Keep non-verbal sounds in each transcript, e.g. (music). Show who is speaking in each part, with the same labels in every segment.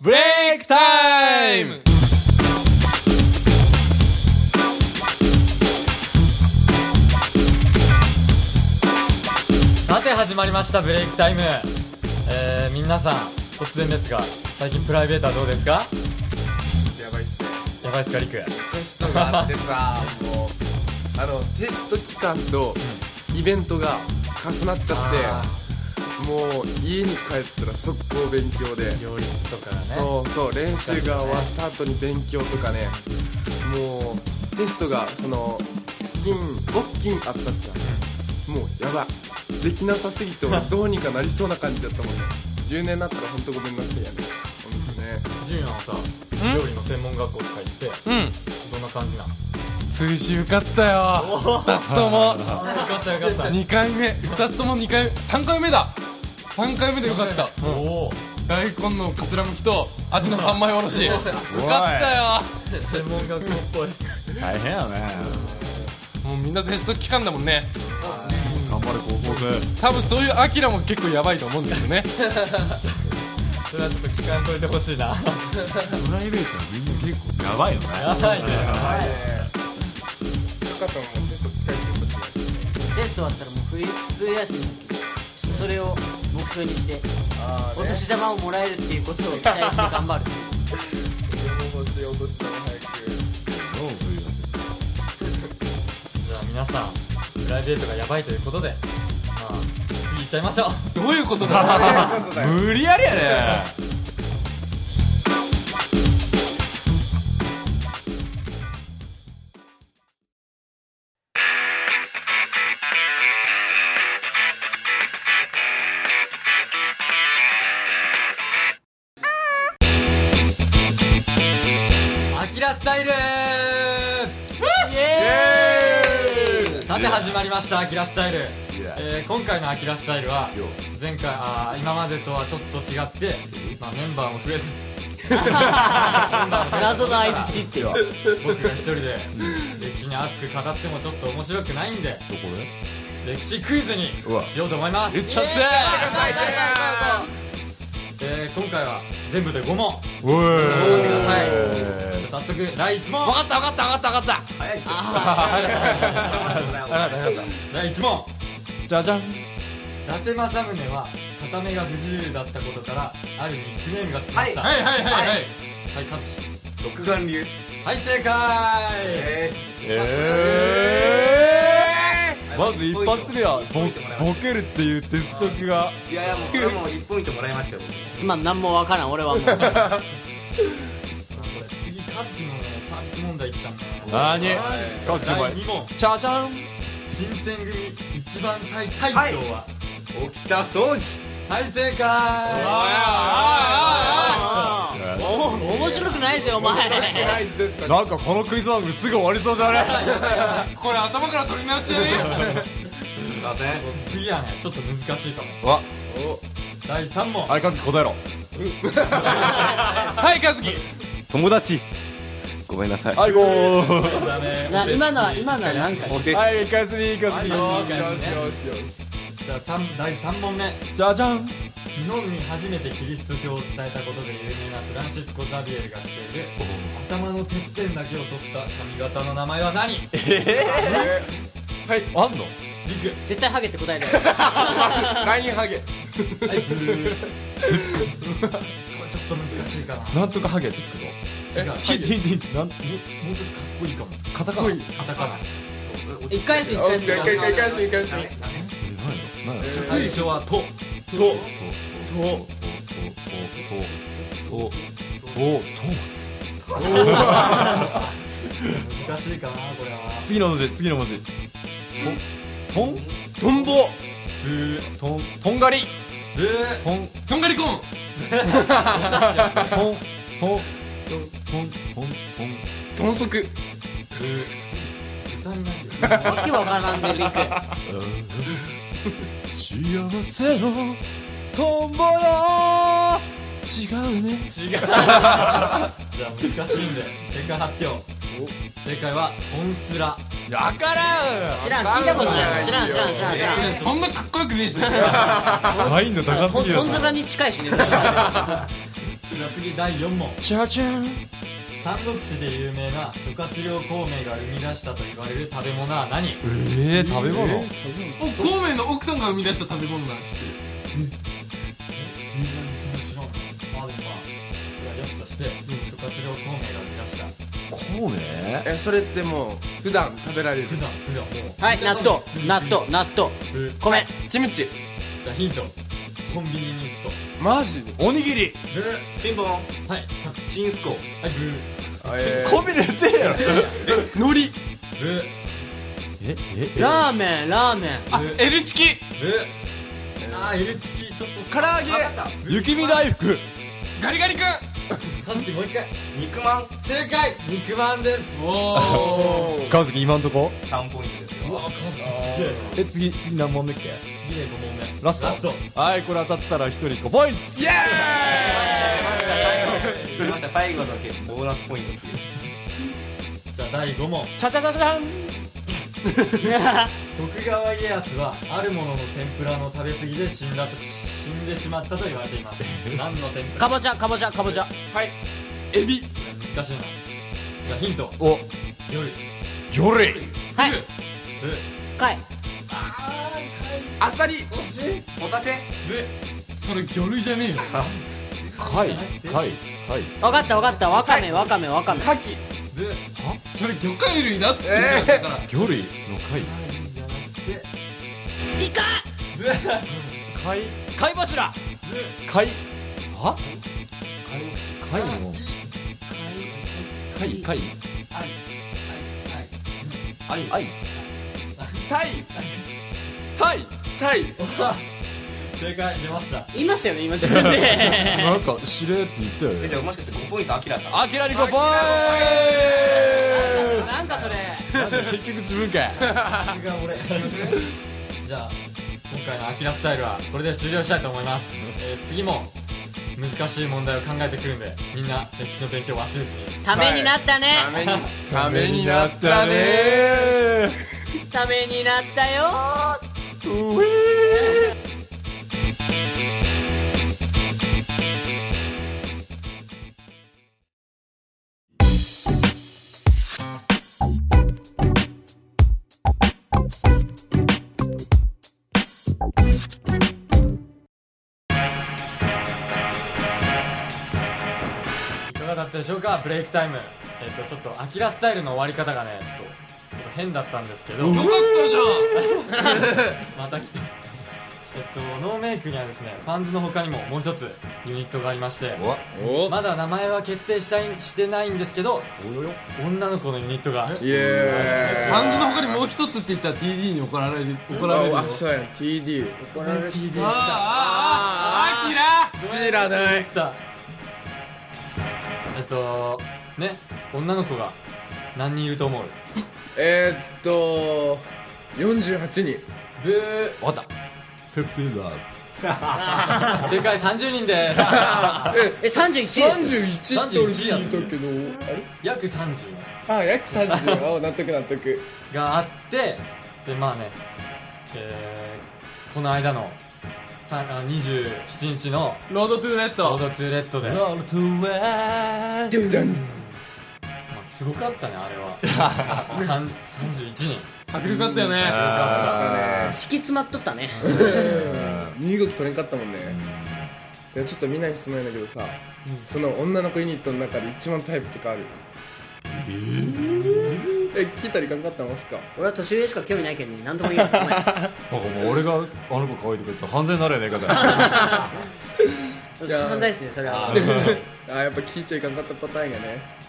Speaker 1: ブレイクタイムさて始まりましたブレイクタイム、えー、皆さん突然ですが最近プライベートはどうですか
Speaker 2: やばいっすね
Speaker 1: やばいっすかりく
Speaker 2: テストがあってさもうあのテスト期間とイベントが重なっちゃ
Speaker 1: あ
Speaker 2: ってもう家に帰ったら速攻勉強で
Speaker 1: 両立とかね
Speaker 2: そうそう練習が終わった後に勉強とかねもうテストがその金5金あったっちゃもうやばいできなさすぎて俺どうにかなりそうな感じだったもんね10年になったら本当ごめんなさいやね本当ね
Speaker 1: 純也はさ料理の専門学校とか行って
Speaker 3: うん
Speaker 1: どんな感じなの
Speaker 3: 通し受かったよ2つとも
Speaker 1: よかったよかった
Speaker 3: 2回目2つとも2回目3回目だ3回目で受かった
Speaker 1: おお
Speaker 3: 大根のかつらむきと味の三枚おろし受かった
Speaker 1: (laughs) 専門学校っぽい
Speaker 4: 大変やね
Speaker 3: よもうみんなテスト期間だもんね
Speaker 4: 頑張れ高校生
Speaker 3: 多分そういうアキラも結構やばいと思うんだけどね
Speaker 1: それはちょっと聞かんといてほしいな
Speaker 4: プライベートはみんな結構やばいよね
Speaker 1: (laughs) やばいね
Speaker 2: よかったもんテスト近いテスト近い
Speaker 5: テスト終わったらもう冬冬休みの時それを目標にして
Speaker 2: あ
Speaker 5: お年玉をもらえるっていうことを期待して頑張る
Speaker 2: 欲しいお年玉早く
Speaker 4: どう冬だせ
Speaker 1: じゃあ皆さんプライベートがやばいということでまあ次行っちゃいましょう
Speaker 3: どういうことだ
Speaker 4: 無理やりやね
Speaker 1: アキラスタイル
Speaker 5: (laughs) イエーイ
Speaker 1: さて始まりましたアキラスタイル、えー今回のアキラスタイルは
Speaker 4: よ
Speaker 1: 前回あー今までとはちょっと違って、まあ、メンバーも増えて
Speaker 5: (laughs) 謎の相づちっていう
Speaker 1: 僕が一人で歴史に熱く語ってもちょっと面白くないんで
Speaker 4: どこで
Speaker 1: 歴史クイズに
Speaker 4: うわ
Speaker 1: しようと思います
Speaker 4: えちゃって
Speaker 1: えー今回は全部で5問
Speaker 4: おい
Speaker 1: は早速第1問
Speaker 3: かった分かった分かった分かっ
Speaker 1: 第1問
Speaker 4: じゃじゃん
Speaker 1: 伊達政宗は片目が不自由だったことからあるニックネームがつきました
Speaker 3: たはいはいはいはい
Speaker 1: はい勝つ
Speaker 6: 六眼流
Speaker 1: はい正解、
Speaker 6: です。
Speaker 4: えーまず一発目は
Speaker 6: ポイントもらい
Speaker 4: ボボケるっていう鉄則が
Speaker 6: いやいやもうこれもう一ポイントもらいましたよ。
Speaker 5: すまん何もわからん俺 (laughs) はもう
Speaker 1: これ次カズキのねサービス問題いっちゃうね
Speaker 4: なにカズくん
Speaker 1: 第
Speaker 4: 前
Speaker 1: 2問
Speaker 4: じゃじゃん
Speaker 1: 新選組一番隊隊長は
Speaker 6: 起きた掃除。
Speaker 1: はい、正解
Speaker 5: あー面白くないですよお前
Speaker 2: はい絶対
Speaker 4: なんかこのクイズ番組すぐ終わりそうじゃね
Speaker 3: これ頭から取り直しやね
Speaker 6: すいません。
Speaker 1: 次はねちょっと難しいかも
Speaker 4: わ
Speaker 1: 第3問
Speaker 4: はいカズくん答えろ
Speaker 3: はい和樹
Speaker 6: 友達。ごめんなさい。
Speaker 4: はいゴー
Speaker 1: だね
Speaker 5: な今のは今のは何か
Speaker 6: お手
Speaker 4: はい一回休み一回休み
Speaker 2: よしよしよしよし
Speaker 1: じゃあ三第3問目
Speaker 4: じゃじゃん
Speaker 1: 日本に初めてキリスト教を伝えたことで有名なフランシスコ・ザビエルがしている頭のてっぺんだけを剃った髪型の名前は何リク
Speaker 2: え
Speaker 4: あんの
Speaker 5: 絶対ハゲって答えだよ
Speaker 2: ーラインハゲ
Speaker 1: はいブルーこれちょっと難しいかな
Speaker 4: なんとかハゲってつくの
Speaker 1: 違う
Speaker 4: ヒントヒントヒントなんもうちょっとかっこいいかもカタカナえ
Speaker 1: カタカナ
Speaker 5: 一回戦一
Speaker 2: オッ
Speaker 5: 回
Speaker 2: ケー一回
Speaker 5: 戦
Speaker 2: 一回し一回し
Speaker 4: 何や何や
Speaker 1: 最初は「と」
Speaker 2: と
Speaker 4: ととととととトーマス
Speaker 1: 難しいかなこれは
Speaker 4: 次の文字次の文字とんとんぼとんとんがり
Speaker 1: ブー
Speaker 4: とん
Speaker 3: とんがりコーン
Speaker 4: とんとんとんとんとん
Speaker 2: 豚足
Speaker 1: 歌になるよ
Speaker 5: わけわからんでリク
Speaker 4: 幸せのトンボよ違うね
Speaker 1: 違うじゃあ難しいんで正解発表正解は「コンスラ
Speaker 4: わからん
Speaker 5: 知らん聞いたことない知らん知らん知らん知らん
Speaker 3: そんなかっこよくねえしね
Speaker 4: ラインの高
Speaker 5: と
Speaker 4: すぎ
Speaker 5: ん
Speaker 4: る
Speaker 5: とんずらに近いしね」
Speaker 1: じゃあ次第4問
Speaker 3: チャチャン
Speaker 1: 三国志で有名な諸葛亮孔明が生み出したと言われる食べ物は何
Speaker 4: えー、食べ物
Speaker 3: お孔明の奥さんが生み出した食べ物なん知ってる
Speaker 1: みんなそれ知らんまあでもまあそれはよしとして諸葛亮孔明が生み出した
Speaker 4: 孔明
Speaker 2: えそれってもう普段食べられる
Speaker 1: 普段普段もう
Speaker 5: はい納豆納豆納豆
Speaker 1: ふ
Speaker 5: ごめん
Speaker 2: キムチ
Speaker 1: じゃあヒントコンビニに行く
Speaker 2: マジで
Speaker 4: おにぎり
Speaker 1: とブー
Speaker 6: ピンポン
Speaker 1: はい
Speaker 6: チンスコ
Speaker 1: はいブー
Speaker 2: え
Speaker 4: コンビニ売ってるやろ
Speaker 2: ー、海苔
Speaker 1: ブー
Speaker 4: えええ
Speaker 5: ラーメンラーメン
Speaker 3: あ L チキ
Speaker 1: ブーあーエルチキちょっと
Speaker 6: 唐揚げ
Speaker 4: 雪見大福
Speaker 3: ガリガリ君
Speaker 1: カズキもう一回
Speaker 6: 肉まん
Speaker 1: 正解肉まんです
Speaker 3: おお
Speaker 2: おー
Speaker 4: 川崎今んとこ
Speaker 6: 3ポイントです
Speaker 1: うわ
Speaker 6: よ
Speaker 1: カズキすげえ
Speaker 4: え次次何問目っけ
Speaker 1: な次で5問目
Speaker 4: ラスト
Speaker 1: ラスト
Speaker 4: はいこれ当たったら一人5ポ
Speaker 6: イエーイ
Speaker 4: イント
Speaker 6: 出ました最後出ました最後だけボーナスポイントっていう
Speaker 1: じゃあ第5問
Speaker 3: チャチャチャチャン
Speaker 1: (laughs) 徳川家康はあるものの天ぷらの食べ過ぎで死んだと死んでしまったと言われています (laughs) 何の天ぷら
Speaker 5: かぼちゃかぼちゃかぼちゃ
Speaker 2: はいエビ
Speaker 1: 難しいなじゃあヒント
Speaker 4: お
Speaker 1: 夜
Speaker 4: 魚類
Speaker 5: はい
Speaker 1: ブ
Speaker 5: かい
Speaker 1: あー
Speaker 2: あさり
Speaker 1: かい惜しい
Speaker 6: ホタテ
Speaker 3: それ魚類じゃねえよ
Speaker 4: 貝貝貝
Speaker 5: わかったわかったわかめわかめわかめ
Speaker 2: カキ
Speaker 1: ブブ
Speaker 3: それ魚介類だっつってんだよだから
Speaker 4: 魚類の
Speaker 1: じゃなくて
Speaker 5: イカ
Speaker 4: 貝貝貝柱貝は貝の貝貝
Speaker 6: あゆ
Speaker 4: 貝
Speaker 2: タイ
Speaker 4: タイ
Speaker 2: タイ
Speaker 1: 正解出ました
Speaker 5: 言いましたよね今自分
Speaker 2: (laughs)
Speaker 5: で
Speaker 4: なんかしれって言ったよ
Speaker 6: え
Speaker 4: ね
Speaker 6: じゃあもしかして5ポイントアキラさん
Speaker 4: あきらり5ポイン
Speaker 5: なんかそれ
Speaker 4: トなんで結局自分かい
Speaker 1: さすが俺じゃあ今回のアキラスタイルはこれで終了したいと思います、えー次も難しい問題を考えてくるんでみんな歴史の勉強忘れずに
Speaker 5: ためになったね
Speaker 2: ためにためになったね
Speaker 4: ね
Speaker 5: ためになったよ
Speaker 4: うえ
Speaker 1: いかがだったでしょうかブレイクタイムえっ、とちょっとアキラスタイルの終わり方がねちょっとちょっと変だったんですけど
Speaker 3: よかったじゃん
Speaker 1: また来てえっとノーメイクにはですねファンズの他にももう一つユニットがありまして
Speaker 4: お
Speaker 2: お
Speaker 1: まだ名前は決定したいしてないんですけど
Speaker 4: およよ
Speaker 1: 女の子のユニットが
Speaker 2: イエーイ
Speaker 3: バンズの他にもう一つって言ったら TD に怒られる怒られるよ
Speaker 2: あそうや TD
Speaker 1: TD
Speaker 3: あああああキラ
Speaker 2: 知らない
Speaker 1: さえっとね女の子が何人いると思う
Speaker 2: えー、っと48人
Speaker 1: ブー
Speaker 4: わかった15だ
Speaker 1: 正解30人です (laughs)
Speaker 5: え31です
Speaker 2: 31って俺聞いたけど
Speaker 1: 約30
Speaker 2: あれあ約30あ納得納得
Speaker 1: があってでまあね、えー、この間のさあ27日の
Speaker 3: ロードトゥーレッ
Speaker 1: 「ロード
Speaker 3: ト
Speaker 1: トゥーレットで」
Speaker 4: ロールトゥエン
Speaker 2: じゃん
Speaker 1: まあ、すごかったねあれは (laughs) さん31人
Speaker 3: 迫力あったよね
Speaker 2: だね
Speaker 5: 敷き詰まっとったね
Speaker 2: 身動き取れんかったもんねいやちょっと見ない質問やんだけどさ、その女の子ユニットの中で一番タイプとかあるええ聞いたりかんかったますか
Speaker 5: 俺は年上しか興味ないけどね何とも言えないごめん
Speaker 4: なんかもう俺があの子可愛いとか言ったら犯罪になるやないかだ
Speaker 2: (laughs)
Speaker 4: よ
Speaker 2: じゃあ
Speaker 5: 犯罪ですねそれは
Speaker 2: (laughs) あーやっぱ聞いちゃいかんかったパターンやね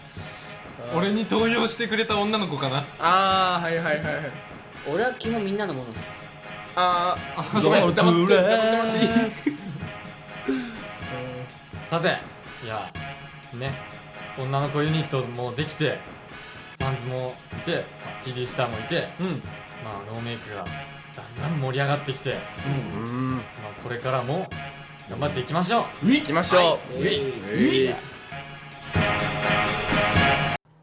Speaker 3: 俺に投票してくれた女の子かな
Speaker 2: ああはいはいはいはい
Speaker 5: 俺は基本みんなのものっす
Speaker 2: あ
Speaker 3: ごめ
Speaker 4: (laughs)
Speaker 3: ん黙って
Speaker 1: さていやね女の子ユニットもできてバンズもいてまあ TD スターもいて、
Speaker 3: うん
Speaker 1: まあ、ノーメイクがだんだん盛り上がってきて、
Speaker 2: ーうん
Speaker 1: まあ、これからも頑張っていきましょ
Speaker 2: 行きましょ
Speaker 1: う、
Speaker 2: う、
Speaker 1: ウィ
Speaker 2: えい